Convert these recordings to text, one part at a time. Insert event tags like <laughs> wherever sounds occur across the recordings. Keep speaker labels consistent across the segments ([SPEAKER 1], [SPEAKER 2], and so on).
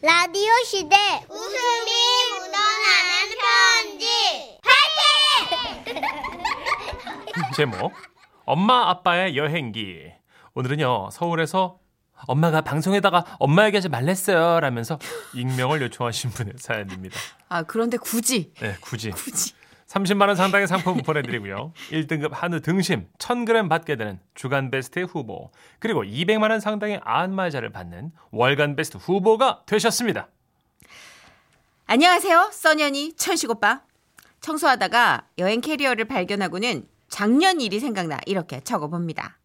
[SPEAKER 1] 라디오 시대 웃음이 묻어나는 편지
[SPEAKER 2] 제목 엄마 아빠의 여행기 오늘은요 서울에서 엄마가 방송에다가 엄마에게 하지 말랬어요 라면서 익명을 요청하신 분의 사연입니다
[SPEAKER 3] 아 그런데 굳이
[SPEAKER 2] 네 굳이
[SPEAKER 3] 굳이
[SPEAKER 2] 30만원 상당의 상품 보내드리고요 1등급 한우 등심 1000g 받게 되는 주간베스트 후보 그리고 200만원 상당의 안마자를 받는 월간베스트 후보가 되셨습니다
[SPEAKER 3] 안녕하세요 써년이 천식 오빠 청소하다가 여행 캐리어를 발견하고는 작년 일이 생각나 이렇게 적어봅니다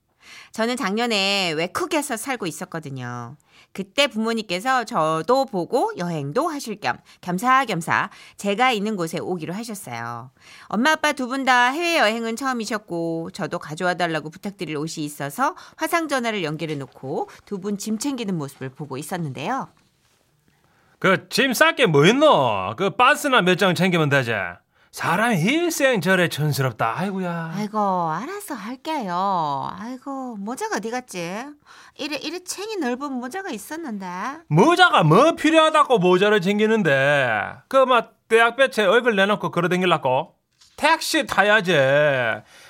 [SPEAKER 3] 저는 작년에 외국에서 살고 있었거든요 그때 부모님께서 저도 보고 여행도 하실 겸 겸사겸사 제가 있는 곳에 오기로 하셨어요 엄마 아빠 두 분 다 해외여행은 처음이셨고 저도 가져와 달라고 부탁드릴 옷이 있어서 화상 전화를 연결해 놓고 두 분 짐 챙기는 모습을 보고 있었는데요
[SPEAKER 2] 그 짐 싸게 뭐 있노 그 바스나 몇 장 챙기면 되지 사람 일생 저래 천스럽다 아이고야
[SPEAKER 3] 아이고 알아서 할게요. 아이고 모자가 어디 갔지? 이래 이래 챙이 넓은 모자가 있었는데.
[SPEAKER 2] 모자가 뭐 필요하다고 모자를 챙기는데 그 막 대학 배치에 얼굴 내놓고 걸어댕길라고 택시 타야지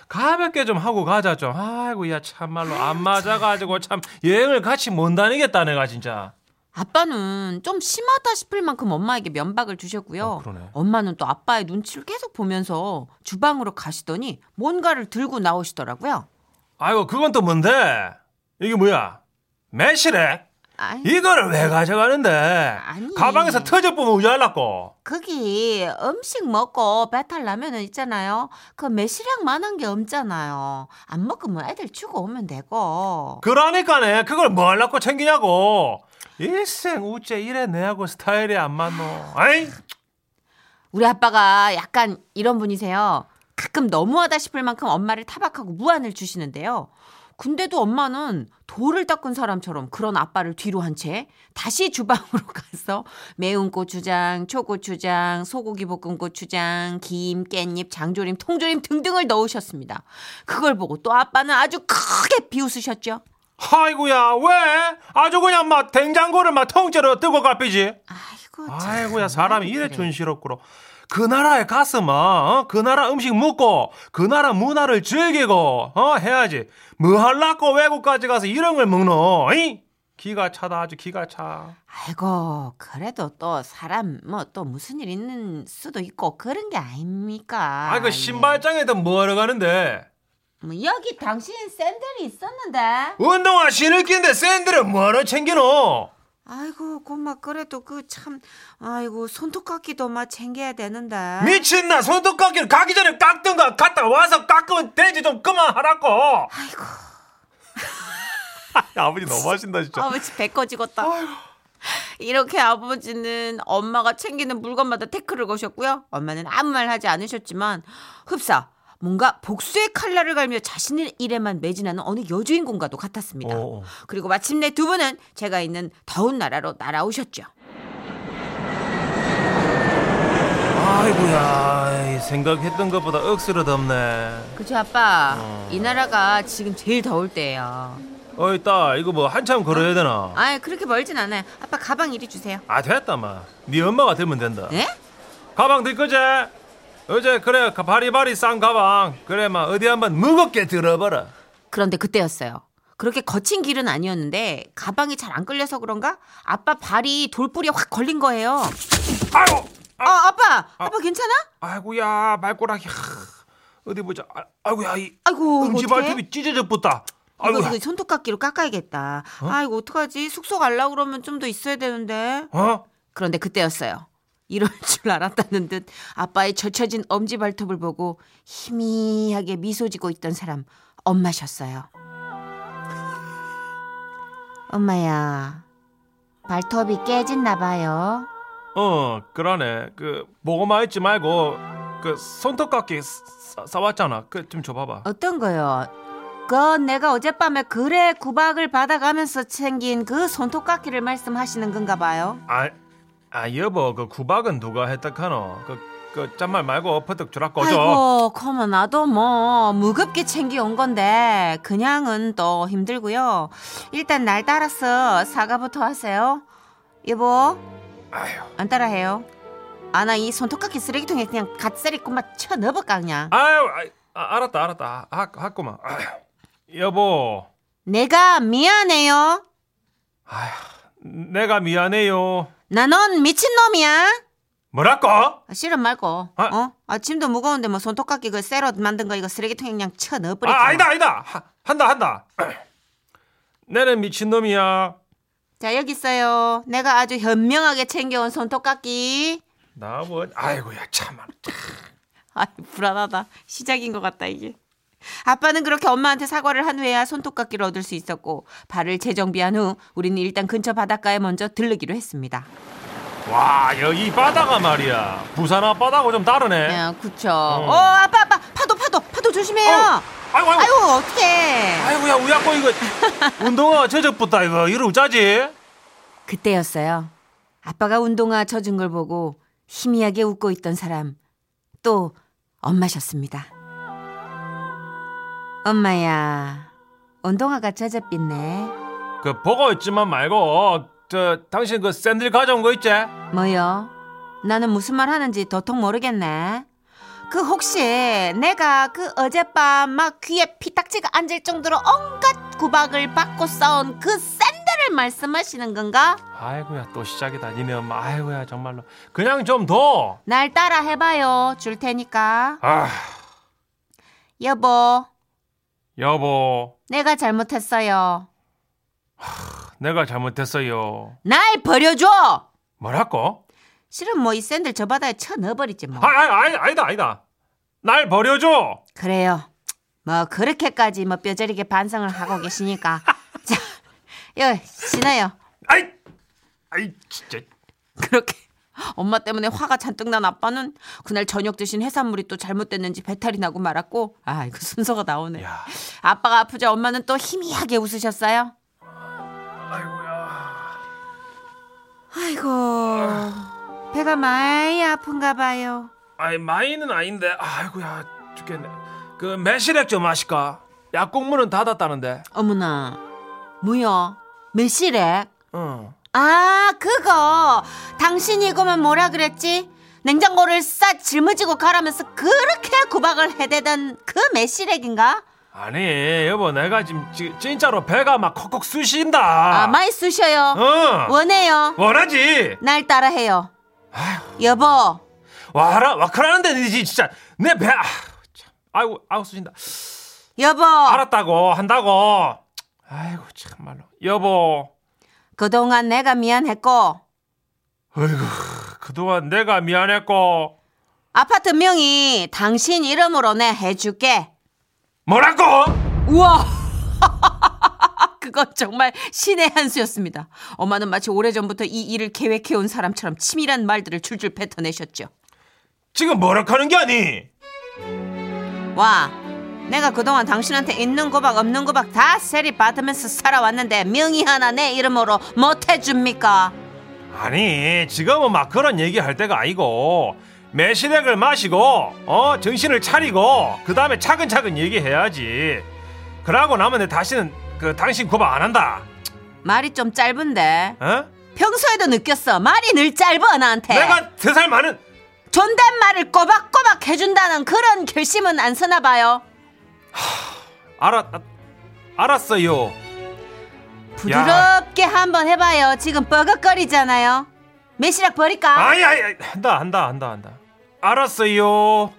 [SPEAKER 2] 가볍게 좀 하고 가자 좀 아이고 야 참말로 안 맞아가지고 참 여행을 같이 못 다니겠다 내가 진짜
[SPEAKER 3] 아빠는 좀 심하다 싶을 만큼 엄마에게 면박을 주셨고요.
[SPEAKER 2] 아, 그러네.
[SPEAKER 3] 엄마는 또 아빠의 눈치를 계속 보면서 주방으로 가시더니 뭔가를 들고 나오시더라고요.
[SPEAKER 2] 아이고 그건 또 뭔데 이게 뭐야 매실액
[SPEAKER 3] 아이,
[SPEAKER 2] 이거를 왜 가져가는데
[SPEAKER 3] 아니.
[SPEAKER 2] 가방에서 터져 보면 우자할라고
[SPEAKER 3] 거기 음식 먹고 배탈 나면은 있잖아요. 그 매실액만한 게 없잖아요. 안 먹으면 애들 주고 오면 되고.
[SPEAKER 2] 그러니까네 그걸 뭐 하려고 챙기냐고 일생 우째 이래 내하고 스타일이 안 맞노 아이
[SPEAKER 3] 우리 아빠가 약간 이런 분이세요. 가끔 너무하다 싶을 만큼 엄마를 타박하고 무안을 주시는데요. 근데도 엄마는 돌을 닦은 사람처럼 그런 아빠를 뒤로 한 채 다시 주방으로 <laughs> 가서 매운 고추장, 초고추장, 소고기 볶음 고추장, 김, 깻잎, 장조림, 통조림 등등을 넣으셨습니다. 그걸 보고 또 아빠는 아주 크게 비웃으셨죠.
[SPEAKER 2] 아이고야 왜 아주 그냥 막 된장고를 막 통째로 뜨고 갈피지
[SPEAKER 3] 아이고, 참.
[SPEAKER 2] 아이고야 사람이 이래
[SPEAKER 3] 그래.
[SPEAKER 2] 존시럽구로 그 나라에 갔으면 어? 그 나라 음식 먹고 그 나라 문화를 즐기고 어 해야지 뭐 할라고 외국까지 가서 이런 걸 먹노 이? 기가 차다 아주 기가 차
[SPEAKER 3] 아이고 그래도 또 사람 뭐 또 무슨 일 있는 수도 있고 그런 게 아닙니까?
[SPEAKER 2] 아이고 그 신발장에다 뭐하러 가는데
[SPEAKER 3] 예. 뭐 여기 당신 샌들이 있었는데.
[SPEAKER 2] 운동화 신을 낀데 샌들은 뭐하러 챙기노
[SPEAKER 3] 아이고 고마 그래도 그 참 아이고 손톱깎이도 막 챙겨야 되는데.
[SPEAKER 2] 미친나 손톱 깎기를 가기 전에 깎든가 갔다 와서 깎으면 되지 좀 그만하라고
[SPEAKER 3] 아이고
[SPEAKER 2] <laughs> 아버지 너무하신다 진짜
[SPEAKER 3] 아버지 배 꺼지겠다. 이렇게 아버지는 엄마가 챙기는 물건마다 태클을 거셨고요. 엄마는 아무 말 하지 않으셨지만 흡사 뭔가 복수의 칼날을 갈며 자신의 일에만 매진하는 어느 여주인공과도 같았습니다.
[SPEAKER 2] 어, 어.
[SPEAKER 3] 그리고 마침내 두 분은 제가 있는 더운 나라로 날아오셨죠.
[SPEAKER 2] 아이고야 생각했던 것보다 억수로 덥네
[SPEAKER 3] 그죠 아빠?
[SPEAKER 2] 어.
[SPEAKER 3] 이 나라가 지금 제일 더울 때예요.
[SPEAKER 2] 어이 딸 이거 뭐 한참 걸어야 되나
[SPEAKER 3] 아 그렇게 멀진 않아요. 아빠 가방 이리 주세요.
[SPEAKER 2] 아 됐다 마네 엄마가 들면 된다
[SPEAKER 3] 네?
[SPEAKER 2] 가방 들거제 어제 그래 가- 바리바리 싼 가방 그래 마 어디 한번 무겁게 들어봐라
[SPEAKER 3] 그런데 그때였어요. 그렇게 거친 길은 아니었는데 가방이 잘 안 끌려서 그런가 아빠 발이 돌뿌리에 확 걸린 거예요. 어,
[SPEAKER 2] 아이고
[SPEAKER 3] 아, 아빠, 아빠 괜찮아?
[SPEAKER 2] 아이고야 발꼬락이 하. 어디 보자 아, 아이고야 이
[SPEAKER 3] 아이고 이거
[SPEAKER 2] 음지
[SPEAKER 3] 어떡해?
[SPEAKER 2] 발톱이 찢어져 붙다
[SPEAKER 3] 이거,
[SPEAKER 2] 아이고야
[SPEAKER 3] 이거 손톱깎이로 깎아야겠다. 아 이거 어떡하지? 숙소 갈라 그러면 좀 더 있어야 되는데.
[SPEAKER 2] 어?
[SPEAKER 3] 그런데 그때였어요. 이럴 <laughs> 줄 알았다는 듯 아빠의 젖혀진 엄지 발톱을 보고 희미하게 미소 지고 있던 사람 엄마셨어요. 엄마야, 발톱이 깨졌나 봐요.
[SPEAKER 2] 어 그러네 그 보고만 있지 말고 그 손톱깎이 싸- 싸왔잖아 그 좀 줘봐봐
[SPEAKER 3] 어떤 거요? 그 내가 어젯밤에 그래 구박을 받아가면서 챙긴 그 손톱깎이를 말씀하시는 건가 봐요.
[SPEAKER 2] 아, 아 여보 그 구박은 누가 했다카노? 그 그 짠말 말고 퍼뜩 주라 꺼져.
[SPEAKER 3] 아이고, 그러면 나도 뭐 무겁게 챙겨온 건데 그냥은 또 힘들고요. 일단 날 따라서 사과부터 하세요. 여보,
[SPEAKER 2] 아휴.
[SPEAKER 3] 안 따라해요. 아, 나 이 손톱깎이 쓰레기통에 그냥 갓세리 꼬마 쳐 넣어볼까, 그냥.
[SPEAKER 2] 아유, 아이, 아, 알았다, 알았다. 하, 하구만. 아휴. 여보,
[SPEAKER 3] 내가 미안해요.
[SPEAKER 2] 내가 미안해요.
[SPEAKER 3] 나 넌 미친놈이야.
[SPEAKER 2] 뭐라고?
[SPEAKER 3] 아, 실은 말고,
[SPEAKER 2] 아.
[SPEAKER 3] 어? 아, 짐도 무거운데 뭐 손톱깎이 그 쇠로 만든 거 이거 쓰레기통에 그냥 쳐
[SPEAKER 2] 아,
[SPEAKER 3] 넣어버리자.
[SPEAKER 2] 아니다, 아니다. 하, 한다, 한다. <clears throat> 내는 미친놈이야.
[SPEAKER 3] 자, 여기 있어요. 내가 아주 현명하게 챙겨온 손톱깎이.
[SPEAKER 2] 나 뭐, 아이고야, 참.
[SPEAKER 3] 아, 불안하다. 시작인 것 같다, 이게. 아빠는 그렇게 엄마한테 사과를 한 후에야 손톱깎이를 얻을 수 있었고 발을 재정비한 후 우리는 일단 근처 바닷가에 먼저 들르기로 했습니다.
[SPEAKER 2] 와, 여, 이 바다가 말이야. 부산 앞바다하고 좀 다르네.
[SPEAKER 3] 야, 그쵸. 어, 아빠, 아빠, 파도, 파도, 파도 조심해요.
[SPEAKER 2] 아이고, 아이고.
[SPEAKER 3] 아유, 어떡해.
[SPEAKER 2] 아이고야 우야꼬 이거 운동화 제적붙다 이거 이러고 짜지
[SPEAKER 3] 그때였어요. 아빠가 운동화 젖은 걸 보고 희미하게 웃고 있던 사람 또 엄마셨습니다. 엄마야 운동화가 젖어빛네.
[SPEAKER 2] 그 보고 있지만 말고 저 당신 그 샌들 가져온 거 있지?
[SPEAKER 3] 뭐요? 나는 무슨 말 하는지 도통 모르겠네. 그 혹시 내가 그 어젯밤 막 귀에 피딱지가 앉을 정도로 온갖 구박을 받고 싸운 그 샌들을 말씀하시는 건가?
[SPEAKER 2] 아이고야 또 시작이다 니네 엄마 아이고야 정말로 그냥 좀더아
[SPEAKER 3] 날 따라 해봐요. 줄 테니까.
[SPEAKER 2] 아,
[SPEAKER 3] 여보,
[SPEAKER 2] 여보
[SPEAKER 3] 내가 잘못했어요.
[SPEAKER 2] 내가 잘못했어요
[SPEAKER 3] 날 버려줘!
[SPEAKER 2] 뭐라고?
[SPEAKER 3] 실은 뭐 이 샌들 저 바다에 쳐 넣어버리지 뭐.
[SPEAKER 2] 아, 아, 아 아니다 아니다 날 버려줘
[SPEAKER 3] 그래요. 뭐 그렇게까지 뭐 뼈저리게 반성을 하고 계시니까. <laughs> 자, 여 신어요.
[SPEAKER 2] 아이 아이 진짜
[SPEAKER 3] 그렇게 <laughs> 엄마 때문에 화가 잔뜩 난 아빠는 그날 저녁 드신 해산물이 또 잘못됐는지 배탈이 나고 말았고 아 이거 순서가 나오네.
[SPEAKER 2] 야
[SPEAKER 3] 아빠가 아프자 엄마는 또 희미하게 웃으셨어요.
[SPEAKER 2] 아이고야
[SPEAKER 3] 아이고 배가 많이 아픈가 봐요.
[SPEAKER 2] 아이 많이는 아닌데 아이고야 죽겠네 그 매실액 좀 마실까? 약국문은 닫았다는데
[SPEAKER 3] 어머나 뭐야 매실액?
[SPEAKER 2] 응
[SPEAKER 3] 아 그거 당신이 이거면 뭐라 그랬지? 냉장고를 싹 짊어지고 가라면서 그렇게 구박을 해대던 그 매실액인가?
[SPEAKER 2] 아니 여보 내가 지금 지- 진짜로 배가 막 콕콕 쑤신다
[SPEAKER 3] 아 많이 쑤셔요.
[SPEAKER 2] 응
[SPEAKER 3] 원해요.
[SPEAKER 2] 원하지
[SPEAKER 3] 날 따라해요. 여보,
[SPEAKER 2] 와라 와크라는데 니 지- 진짜 내 배 아, 참. 아이고 아우 쑤신다
[SPEAKER 3] 여보.
[SPEAKER 2] 알았다고 한다고 아이고 참말로 여보
[SPEAKER 3] 그동안 내가 미안했고
[SPEAKER 2] 아이고 그동안 내가 미안했고
[SPEAKER 3] 아파트 명이 당신 이름으로 내 해줄게.
[SPEAKER 2] 뭐라고
[SPEAKER 3] 우와. <laughs> 그건 정말 신의 한 수였습니다. 엄마는 마치 오래전부터 이 일을 계획해온 사람처럼 치밀한 말들을 줄줄 뱉어내셨죠.
[SPEAKER 2] 지금 뭐라고 하는 게 아니
[SPEAKER 3] 와, 내가 그동안 당신한테 있는 고박 없는 고박 다 세리 받으면서 살아왔는데 명의 하나 내 이름으로 못 해줍니까?
[SPEAKER 2] 아니 지금은 막 그런 얘기할 때가 아니고 매실액을 마시고 어 정신을 차리고 그 다음에 차근차근 얘기해야지 그러고 나면 내 다시는 그 당신 고박 안 한다
[SPEAKER 3] 말이 좀 짧은데
[SPEAKER 2] 어?
[SPEAKER 3] 평소에도 느꼈어. 말이 늘 짧아 나한테.
[SPEAKER 2] 내가 세 살 많은
[SPEAKER 3] 존댓말을 꼬박꼬박 해준다는 그런 결심은 안 서나 봐요.
[SPEAKER 2] 알아 아, 알았어요
[SPEAKER 3] 부드럽게 한번 해봐요. 지금 뻐걱거리잖아요. 매실락 버릴까?
[SPEAKER 2] 아이 아이 아이, 한다 한다 한다 한다 알았어요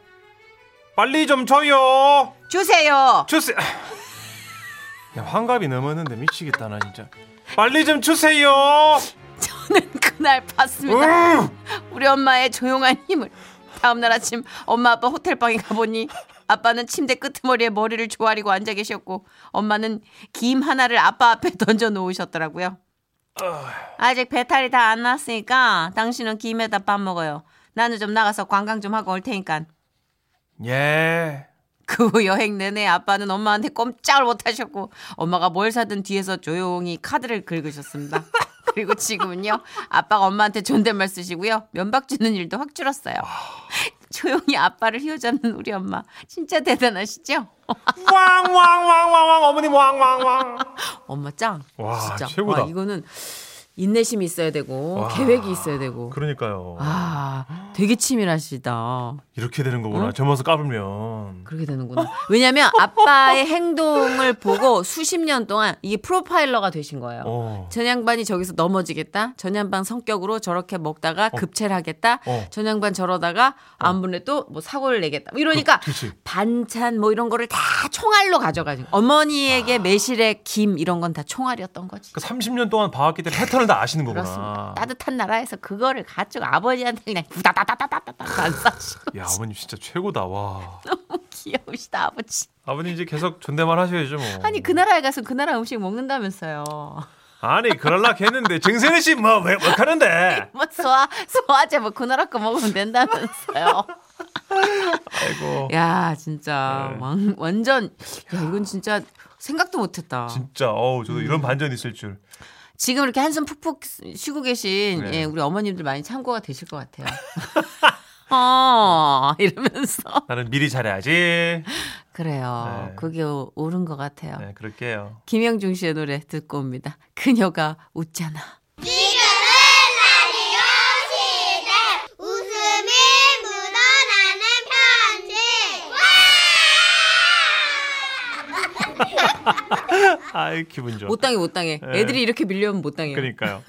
[SPEAKER 2] 빨리 좀 줘요
[SPEAKER 3] 주세요.
[SPEAKER 2] 주세요 아. 야 환갑이 넘었는데 미치겠다 나 진짜 빨리 좀 주세요
[SPEAKER 3] 저는 그날 봤습니다.
[SPEAKER 2] 으!
[SPEAKER 3] 우리 엄마의 조용한 힘을. 다음날 아침 엄마 아빠 호텔방에 가보니 아빠는 침대 끄트머리에 머리를 조아리고 앉아 계셨고 엄마는 김 하나를 아빠 앞에 <laughs> 던져 놓으셨더라고요. 아직 배탈이 다 안 났으니까 당신은 김에다 밥 먹어요. 나는 좀 나가서 관광 좀 하고 올 테니까.
[SPEAKER 2] 예
[SPEAKER 3] 그 후 여행 내내 아빠는 엄마한테 꼼짝을 못하셨고 엄마가 뭘 사든 뒤에서 조용히 카드를 긁으셨습니다. 그리고 지금은요 아빠가 엄마한테 존댓말 쓰시고요 면박 주는 일도 확 줄었어요. 조용히 아빠를 휘어잡는 우리 엄마 진짜 대단하시죠?
[SPEAKER 2] 왕왕왕왕왕 어머님 왕왕왕
[SPEAKER 3] 엄마 짱.
[SPEAKER 2] 와,
[SPEAKER 3] 진짜.
[SPEAKER 2] 최고다.
[SPEAKER 3] 이거는
[SPEAKER 4] 인내심이 있어야 되고
[SPEAKER 2] 와.
[SPEAKER 4] 계획이 있어야 되고.
[SPEAKER 2] 그러니까요.
[SPEAKER 4] 아, 되게 치밀하시다.
[SPEAKER 2] 이렇게 되는 거구나. 젊어서 까불면.
[SPEAKER 4] 그렇게 되는구나. 왜냐면 아빠의 행동을 보고 수십 년 동안 이게 프로파일러가 되신 거예요.
[SPEAKER 2] 어.
[SPEAKER 4] 전양반이 저기서 넘어지겠다. 전양반 성격으로 저렇게 먹다가 급체하겠다.
[SPEAKER 2] 어.
[SPEAKER 4] 전양반 저러다가 안 보내 또뭐 사고를 내겠다. 뭐 이러니까
[SPEAKER 2] 그- 그치.
[SPEAKER 4] 반찬 뭐 이런 거를 다 총알로 가져가지고 어머니에게 매실에 김 이런 건 다 총알이었던 거지.
[SPEAKER 2] 아. 그 30년 동안 봐왔기 때문에 패턴을 다 아시는 거구나.
[SPEAKER 4] 그렇습니다. 따뜻한 나라에서 그거를 가지고 아버지한테 그냥 부다다다다다다
[SPEAKER 2] 아.
[SPEAKER 4] 안 싸시고
[SPEAKER 2] 야, 아버님 진짜 최고다. 와.
[SPEAKER 4] 귀여우시다 아버지.
[SPEAKER 2] 아버님 이제 계속 존댓말 하셔야죠, 뭐.
[SPEAKER 4] 아니 그 나라에 가서 그 나라 음식 먹는다면서요. 뭐
[SPEAKER 2] 아니, 그럴라 했는데 정세현 씨뭐왜 못하는데?
[SPEAKER 4] 뭐 소화 소화제 뭐 그 나라 거 먹으면 된다면서요.
[SPEAKER 2] 아이고.
[SPEAKER 4] 야 진짜
[SPEAKER 2] 어. 네.
[SPEAKER 4] 왕- 완전 야 이건 진짜 생각도 못했다.
[SPEAKER 2] 진짜 어우 저도
[SPEAKER 4] 음.
[SPEAKER 2] 이런 반전이 있을 줄.
[SPEAKER 4] 지금 이렇게 한숨 푹푹 쉬고 계신
[SPEAKER 2] 네.
[SPEAKER 4] 예, 우리 어머님들 많이 참고가 되실 것 같아요.
[SPEAKER 2] <laughs>
[SPEAKER 4] 어 이러면서
[SPEAKER 2] 나는 미리 잘해야지.
[SPEAKER 4] 그래요.
[SPEAKER 2] 네.
[SPEAKER 4] 그게 오- 옳은 것 같아요.
[SPEAKER 2] 네, 그럴게요.
[SPEAKER 4] 김영중 씨의 노래 듣고 옵니다. 그녀가 웃잖아.
[SPEAKER 1] 지금은 라디오 시대 웃음이 묻어나는 편지
[SPEAKER 2] 아이 기분 좋아.
[SPEAKER 4] 못 당해 못 당해.
[SPEAKER 2] 네.
[SPEAKER 4] 애들이 이렇게 밀려오면 못 당해요.
[SPEAKER 2] 그러니까요.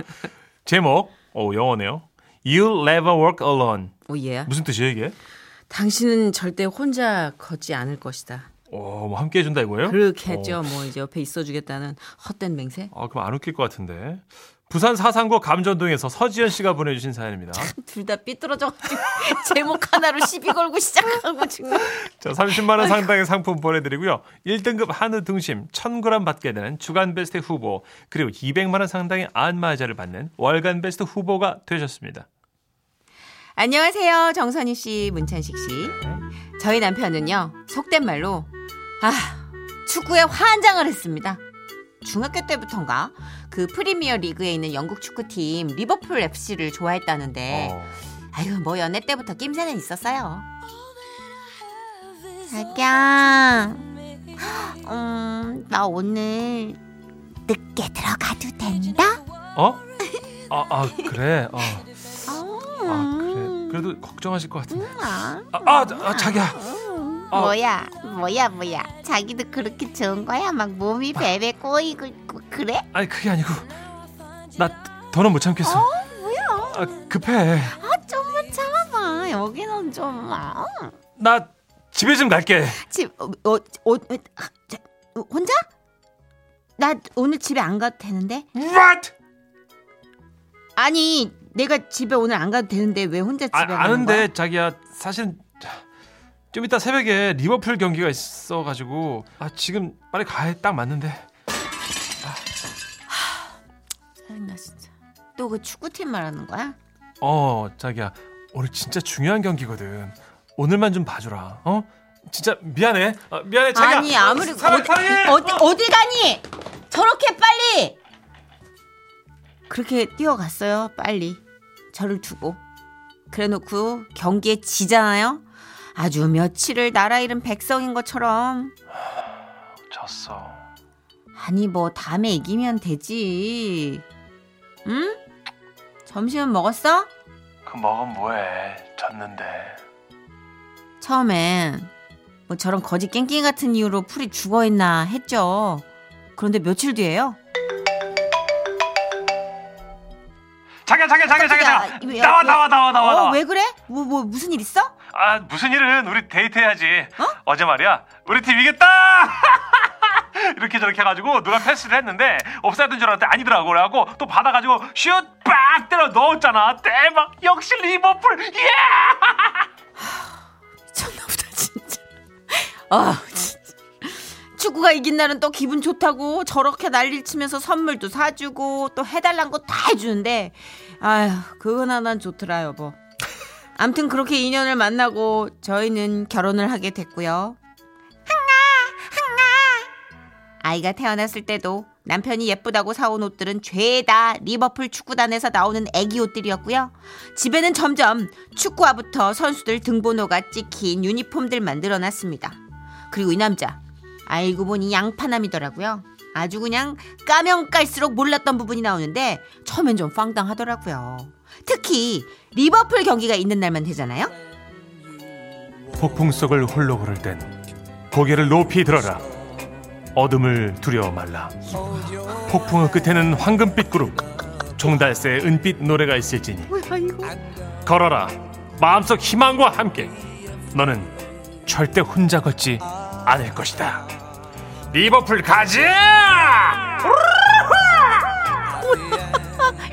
[SPEAKER 2] 제목 오 영어네요. You'll never work alone.
[SPEAKER 4] 오 예.
[SPEAKER 2] 무슨 뜻이에요 이게?
[SPEAKER 4] 당신은 절대 혼자 걷지 않을 것이다.
[SPEAKER 2] 오, 뭐 함께 해준다 이거예요?
[SPEAKER 4] 그렇겠죠. 뭐 이제 옆에 있어주겠다는 헛된 맹세.
[SPEAKER 2] 어, 아 그럼 안 웃길 것 같은데. 부산 사상구 감전동에서 서지현 씨가 보내주신 사연입니다.
[SPEAKER 4] 둘 다
[SPEAKER 3] <laughs>
[SPEAKER 4] 삐뚤어져가지고 제목 하나로 시비 걸고 시작하고 지금.
[SPEAKER 2] 자, 30만 원 상당의 상품 보내드리고요. 1등급 한우 등심 1,000g 받게 되는 주간 베스트 후보 그리고 200만 원 상당의 안마의자를 받는 월간 베스트 후보가 되셨습니다.
[SPEAKER 3] 안녕하세요. 정선희 씨, 문찬식 씨. 저희 남편은요, 속된 말로, 아, 축구에 환장을 했습니다. 중학교 때부터인가? 그 프리미어 리그에 있는 영국 축구팀 리버풀 FC를
[SPEAKER 4] 네.
[SPEAKER 3] 좋아했다는데,
[SPEAKER 2] 어.
[SPEAKER 3] 아유, 뭐 연애 때부터 낌새는 있었어요. 자기야, 음, 나 오늘 늦게 들어가도 된다?
[SPEAKER 2] 어? 아, 아 그래. 어. 아 그래. 그래도 걱정하실 것 같은데. 아, 아, 자- 아, 자기야. 아.
[SPEAKER 1] 뭐야 뭐야 뭐야 자기도 그렇게 좋은 거야 막 몸이 베베 꼬이고 있고 그래?
[SPEAKER 2] 아니 그게 아니고 나 더는 못 참겠어. 뭐야? 아, 급해.
[SPEAKER 1] 아 좀만 참아봐 여기는 좀 아, 어.
[SPEAKER 2] 나 집에 좀 갈게.
[SPEAKER 3] 집, 어, 어, 어, 어, 아, 자, 어, 혼자? 나 오늘 집에 안 가도 되는데?
[SPEAKER 2] What?
[SPEAKER 3] 아니, 내가 집에 오늘 안 가도 되는데 왜 혼자 집에
[SPEAKER 2] 아,
[SPEAKER 3] 가는 거야?
[SPEAKER 2] 아는데 자기야 사실은 좀 이따 새벽에 리버풀 경기가 있어가지고 아 지금 빨리 가야 딱 맞는데
[SPEAKER 3] 나 진짜. 또 그 축구팀 말하는 거야?
[SPEAKER 2] 어 자기야 오늘 진짜 중요한 경기거든 오늘만 좀 봐주라 어 진짜 미안해 아, 미안해 자기야
[SPEAKER 3] 아니, 아무리
[SPEAKER 2] 사랑,
[SPEAKER 3] 어디-
[SPEAKER 2] 사랑해
[SPEAKER 3] 어디, 어디 가니? 저렇게 빨리! 그렇게 뛰어갔어요, 빨리. 저를 두고. 그래 놓고 경기에 지잖아요? 아주 며칠을 나라 잃은 백성인 것처럼
[SPEAKER 2] 졌어
[SPEAKER 3] 아니 뭐 다음에 이기면 되지. 응? 점심은 먹었어?
[SPEAKER 2] 그 먹으면 뭐해 졌는데
[SPEAKER 3] 처음엔 뭐 저런 거지 깽깽이 같은 이유로 풀이 죽어있나 했죠. 그런데 며칠 뒤에요.
[SPEAKER 2] 자기야 자기야 자기야
[SPEAKER 3] 깜짝이야.
[SPEAKER 2] 자기야
[SPEAKER 3] 이거 야,
[SPEAKER 2] 나와
[SPEAKER 3] 왜-
[SPEAKER 2] 나와 나와 나와
[SPEAKER 3] 어,
[SPEAKER 2] 나와
[SPEAKER 3] 왜 그래? 뭐, 뭐 무슨 일 있어?
[SPEAKER 2] 아 무슨 일은 우리 데이트해야지 어? 제 말이야 우리 팀 이겼다 <laughs> 이렇게 저렇게 해가지고 누가 패스를 했는데 옵사이드인 줄 알았는데 아니더라고 그래갖고 또 받아가지고 슛빡 때려 넣었잖아 대박 역시 리버풀 예
[SPEAKER 3] 미쳤나보다 진짜. <laughs> 아 진짜. 축구가 이긴 날은 또 기분 좋다고 저렇게 난리 치면서 선물도 사주고 또 해달란 거 다 해주는데 아휴 그건 하나는 좋더라 여보. 암튼 그렇게 인연을 만나고 저희는 결혼을 하게 됐고요. 아이가 태어났을 때도 남편이 예쁘다고 사온 옷들은 죄다 리버풀 축구단에서 나오는 애기 옷들이었고요. 집에는 점점 축구화부터 선수들 등번호가 찍힌 유니폼들 만들어 놨습니다. 그리고 이 남자 알고 보니 양파남이더라고요. 아주 그냥 까면 깔수록 몰랐던 부분이 나오는데 처음엔 좀 황당하더라고요. 특히 리버풀 경기가 있는 날만 되잖아요.
[SPEAKER 2] 폭풍 속을 홀로 걸을 땐 고개를 높이 들어라 어둠을 두려워 말라 폭풍의 끝에는 황금빛 구름 종달새 은빛 노래가 있을지니 걸어라 마음속 희망과 함께 너는 절대 혼자 걷지 않을 것이다 리버풀 가자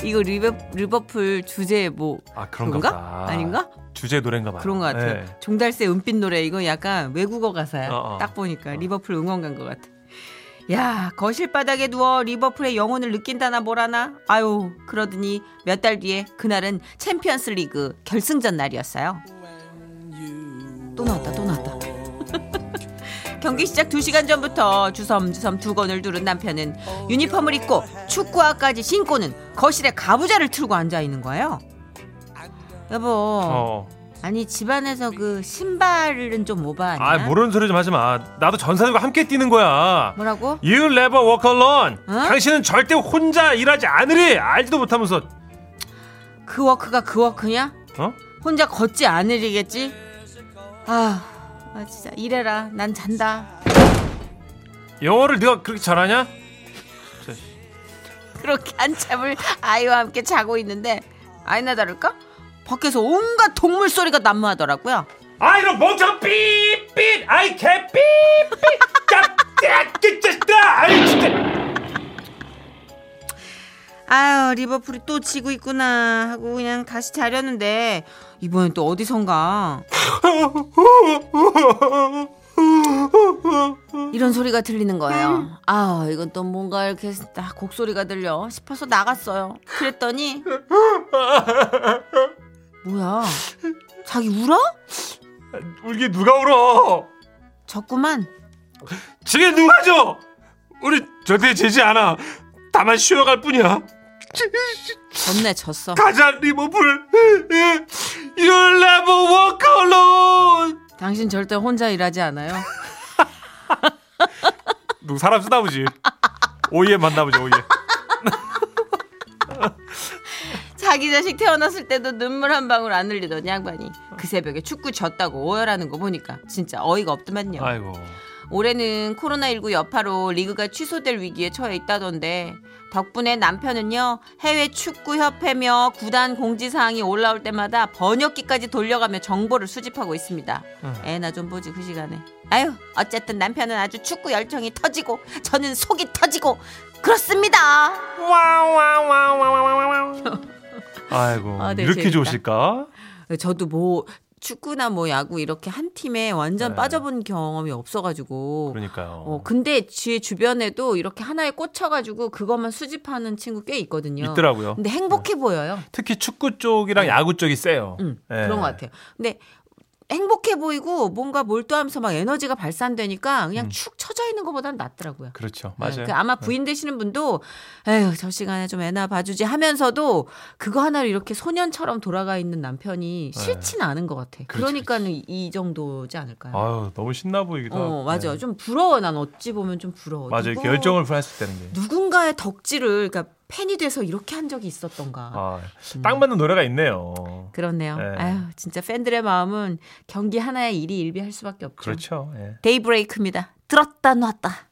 [SPEAKER 4] 이거 리버, 리버풀 주제 뭐
[SPEAKER 2] 아 그런가
[SPEAKER 4] 그런가?
[SPEAKER 2] 보다.
[SPEAKER 4] 아닌가?
[SPEAKER 2] 주제 노래인가 봐요
[SPEAKER 4] 그런 것 같아요.
[SPEAKER 2] 예.
[SPEAKER 4] 종달새 은빛 노래 이거 약간 외국어 가사야.
[SPEAKER 2] 어, 어.
[SPEAKER 4] 딱 보니까 리버풀 응원 간 것 같아.
[SPEAKER 3] 야 거실 바닥에 누워 리버풀의 영혼을 느낀다나 뭐라나 아유 그러더니 몇 달 뒤에 그날은 챔피언스 리그 결승전 날이었어요 또 나왔다 또 나왔다 <laughs> 경기 시작 2시간 전부터 주섬주섬 두건을 두른 남편은 유니폼을 입고 축구화까지 신고는 거실에 가부좌를 틀고 앉아있는 거예요 여보
[SPEAKER 2] 어.
[SPEAKER 3] 아니 집안에서 그 신발은 좀 오바하냐
[SPEAKER 2] 아 모르는 소리 좀 하지 마 나도 전사들과 함께 뛰는 거야
[SPEAKER 3] 뭐라고?
[SPEAKER 2] You never walk alone. 당신은 절대 혼자 일하지 않으리. 알지도 못하면서
[SPEAKER 3] 그 워크가 그 워크냐?
[SPEAKER 2] 어?
[SPEAKER 3] 혼자 걷지 않으리겠지? 아, 아, 진짜 이래라. 난 잔다.
[SPEAKER 2] 영어를 네가 그렇게 잘하냐?
[SPEAKER 3] 그렇게 한참을 아이와 함께 자고 있는데 아이나 다를까? 밖에서 온갖 동물 소리가 난무하더라고요.
[SPEAKER 2] 아 이런 멍청 삐삐 아이 개 삐삐 <laughs> 짝짝짝짝다 아이 진짜 <laughs>
[SPEAKER 3] 아유 리버풀이 또 지고 있구나 하고 그냥 다시 자려는데 이번엔 또 어디선가 이런 소리가 들리는 거예요. 아 이건 또 뭔가 이렇게 딱 곡소리가 들려 싶어서 나갔어요. 그랬더니 뭐야 자기 울어?
[SPEAKER 2] 울기 누가 울어?
[SPEAKER 3] 졌구만.
[SPEAKER 2] 지게 누가 줘? 우리 절대 지지 않아. 다만 쉬어갈 뿐이야.
[SPEAKER 3] 졌네 졌어.
[SPEAKER 2] 가자 리버풀. <laughs> You'll never walk alone.
[SPEAKER 3] 당신 절대 혼자 일하지 않아요.
[SPEAKER 2] 누구 사람 쓰나 보지. 오이에 만나 보지 오이에.
[SPEAKER 3] 자기 자식 태어났을 때도 눈물 한 방울 안 흘리던 양반이 그 새벽에 축구 졌다고 오열하는 거 보니까 진짜 어이가 없더만요.
[SPEAKER 2] 아이고.
[SPEAKER 3] 올해는 코로나19 여파로 리그가 취소될 위기에 처해 있다던데 덕분에 남편은요 해외 축구협회며 구단 공지사항이 올라올 때마다 번역기까지 돌려가며 정보를 수집하고 있습니다. 애나 좀 보지 그 시간에. 아유 어쨌든 남편은 아주 축구 열정이 터지고 저는 속이 터지고 그렇습니다.
[SPEAKER 2] 아이고
[SPEAKER 3] 아, 네,
[SPEAKER 2] 이렇게
[SPEAKER 3] 재밌다.
[SPEAKER 2] 좋으실까?
[SPEAKER 4] 저도 뭐 축구나 뭐 야구 이렇게 한 팀에 완전
[SPEAKER 2] 네.
[SPEAKER 4] 빠져본 경험이 없어가지고.
[SPEAKER 2] 그러니까요.
[SPEAKER 4] 어, 근데 제 주변에도 이렇게 하나에 꽂혀가지고 그것만 수집하는 친구 꽤 있거든요.
[SPEAKER 2] 있더라고요.
[SPEAKER 4] 근데 행복해 보여요.
[SPEAKER 2] 특히 축구 쪽이랑 야구 쪽이 세요.
[SPEAKER 4] 음,
[SPEAKER 2] 예.
[SPEAKER 4] 그런 것 같아요. 근데 행복해 보이고 뭔가 몰두하면서 막 에너지가 발산되니까 그냥 축 처져 있는 것보다는 낫더라고요.
[SPEAKER 2] 그렇죠.
[SPEAKER 4] 네,
[SPEAKER 2] 음. 맞아요.
[SPEAKER 4] 그 아마 부인 되시는 분도 에휴 저 시간에 좀 애나 봐주지 하면서도 그거 하나로 이렇게 소년처럼 돌아가 있는 남편이 싫지는 않은 것 같아.
[SPEAKER 2] 네. 그렇지,
[SPEAKER 4] 그러니까는 이 정도지 않을까요?
[SPEAKER 2] 아유 너무 신나 보이기도 하고.
[SPEAKER 4] 어 맞아
[SPEAKER 2] 예.
[SPEAKER 4] 좀 부러워 난 어찌 보면 좀 부러워.
[SPEAKER 2] 맞아요. 이렇게
[SPEAKER 4] 누구-
[SPEAKER 2] 열정을 표했을
[SPEAKER 4] 음.
[SPEAKER 2] 때는 게.
[SPEAKER 4] 누군가의 덕질을 그러니까 팬이 돼서 이렇게 한 적이 있었던가. 음,
[SPEAKER 2] 아, 딱 맞는 노래가 있네요.
[SPEAKER 4] 그렇네요.
[SPEAKER 2] 네.
[SPEAKER 4] 아유 진짜 팬들의 마음은 경기 하나에 일이 일비할 수밖에 없죠.
[SPEAKER 2] 그렇죠. 예.
[SPEAKER 4] 데이브레이크입니다. 들었다 놨다.